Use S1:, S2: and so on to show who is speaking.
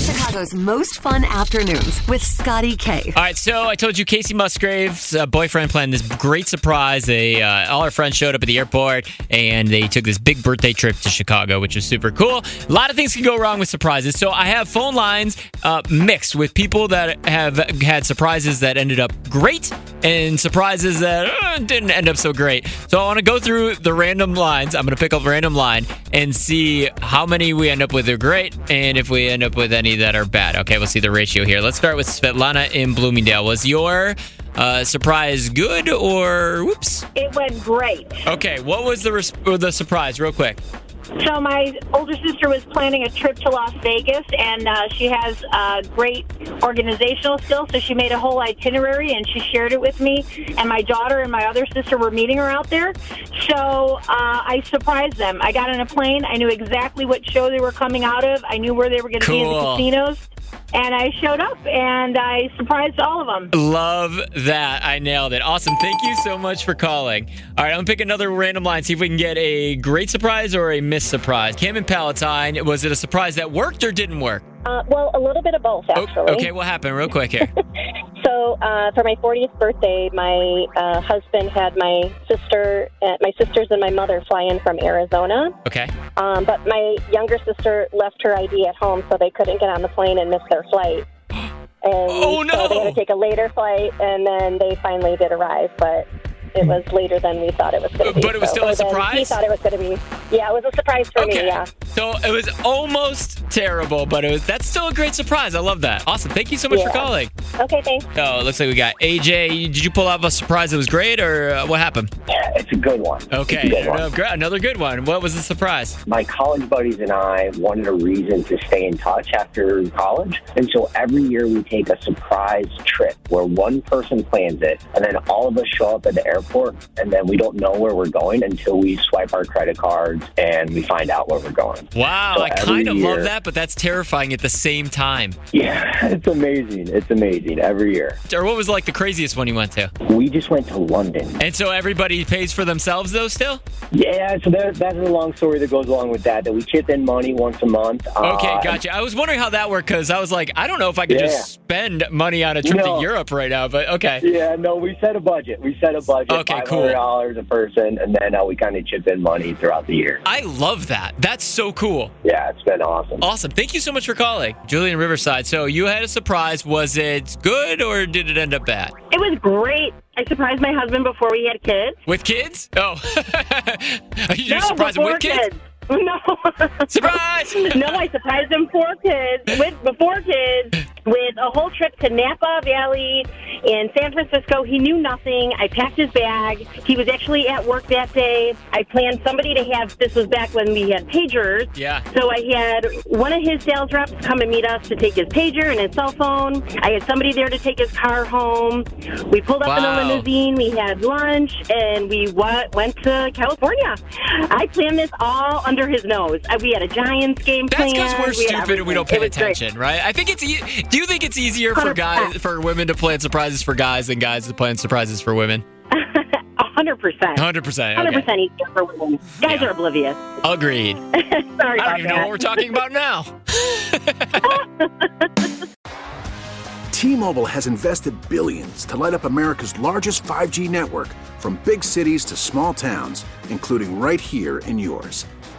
S1: Chicago's most fun afternoons with Scotty K.
S2: All right, so I told you Casey Musgrave's uh, boyfriend planned this great surprise. They uh, all our friends showed up at the airport and they took this big birthday trip to Chicago, which was super cool. A lot of things can go wrong with surprises, so I have phone lines uh, mixed with people that have had surprises that ended up great and surprises that uh, didn't end up so great. So I want to go through the random lines. I'm going to pick up a random line and see how many we end up with are great and if we end up with any that are bad. Okay, we'll see the ratio here. Let's start with Svetlana in Bloomingdale. Was your uh, surprise good or whoops?
S3: It went great.
S2: Okay, what was the res- or the surprise real quick?
S3: So my older sister was planning a trip to Las Vegas, and uh, she has uh, great organizational skills. So she made a whole itinerary, and she shared it with me. And my daughter and my other sister were meeting her out there. So uh, I surprised them. I got on a plane. I knew exactly what show they were coming out of. I knew where they were going to be in the
S2: Cool.
S3: casinos. And I showed up, and I surprised all of them.
S2: Love that. I nailed it. Awesome. Thank you so much for calling. All right, I'm going to pick another random line, see if we can get a great surprise or a missed surprise. Cam and Palatine, was it a surprise that worked or didn't work?
S4: Uh, well, a little bit of both,
S2: Oh,
S4: actually.
S2: okay, what happened? Real quick here.
S4: So, uh, for my 40th birthday, my uh, husband had my sister, uh, my sisters, and my mother fly in from Arizona.
S2: Okay.
S4: Um, but my younger sister left her ID at home, so they couldn't get on the plane and miss their flight. And
S2: Oh, no.
S4: So they had to take a later flight, and then they finally did arrive, but it was later than we thought it was going to be.
S2: But it was
S4: so-
S2: still a
S4: or than He
S2: surprise?
S4: thought it was going to be. Yeah, it was a surprise for
S2: Okay.
S4: me. Yeah.
S2: So it was almost terrible, but it was that's still a great surprise. I love that. Awesome. Thank you so much for
S4: Yeah.
S2: calling.
S4: Okay, thanks.
S2: Oh, it looks like we got AJ. Did you pull off a surprise that was great or uh, what happened?
S5: Yeah, it's a good one.
S2: Okay.
S5: It's a good one.
S2: No, gr- Another good one. What was the surprise?
S5: My college buddies and I wanted a reason to stay in touch after college. And so every year we take a surprise trip where one person plans it and then all of us show up at the airport and then we don't know where we're going until we swipe our credit cards and we find out where we're going.
S2: Wow,
S5: So
S2: I
S5: every
S2: kind of love
S5: year-
S2: that, but that's terrifying at the same time.
S5: Yeah, it's amazing. It's amazing every year.
S2: Or what was like the craziest one you went to?
S5: We just went to London.
S2: And so everybody pays for themselves though still?
S5: Yeah, so that, that's a long story that goes along with that, that we chip in money once a month.
S2: Okay,
S5: Uh,
S2: gotcha. I was wondering how that worked because I was like, I don't know if I could
S5: Yeah.
S2: just spend money on a trip
S5: No.
S2: to Europe right now, but okay.
S5: Yeah, no, we set a budget. We set a budget,
S2: Okay,
S5: five
S2: cool.
S5: hundred dollars a person, and then uh, we kind of chip in money throughout the year.
S2: I love that. That's so cool.
S5: Yeah, it's been awesome.
S2: Awesome. Thank you so much for calling. Julian Riverside. So you had a surprise. Was it good or did it end up bad?
S3: It was great. I surprised my husband before we had kids.
S2: With kids? Oh. Are you
S3: no,
S2: surprised
S3: before
S2: with kids?
S3: No.
S2: Surprise!
S3: no, I surprised them for kids with before kids with a whole trip to Napa Valley in San Francisco. He knew nothing. I packed his bag. He was actually at work that day. I planned somebody to have this was back when we had pagers.
S2: Yeah.
S3: So I had one of his sales reps come and meet us to take his pager and his cell phone. I had somebody there to take his car home. We pulled up
S2: Wow.
S3: in a limousine. We had lunch and we wa- went to California. I planned this all under his nose. Uh, We had a Giants game
S2: That's
S3: planned.
S2: because we're
S3: had
S2: stupid and we
S3: everything.
S2: don't
S3: It
S2: pay
S3: was great.
S2: attention, right? I think it's. E- Do you think it's easier for
S3: 100%.
S2: guys, for women to plan surprises for guys than guys to plan surprises for women?
S3: A hundred percent.
S2: Hundred percent.
S3: Hundred
S2: Okay.
S3: percent easier for women. Guys
S2: Yeah.
S3: are oblivious.
S2: Agreed.
S3: Sorry
S2: I
S3: about
S2: don't even know
S3: that.
S2: what we're talking about now.
S6: T-Mobile has invested billions to light up America's largest 5G network from big cities to small towns, including right here in yours.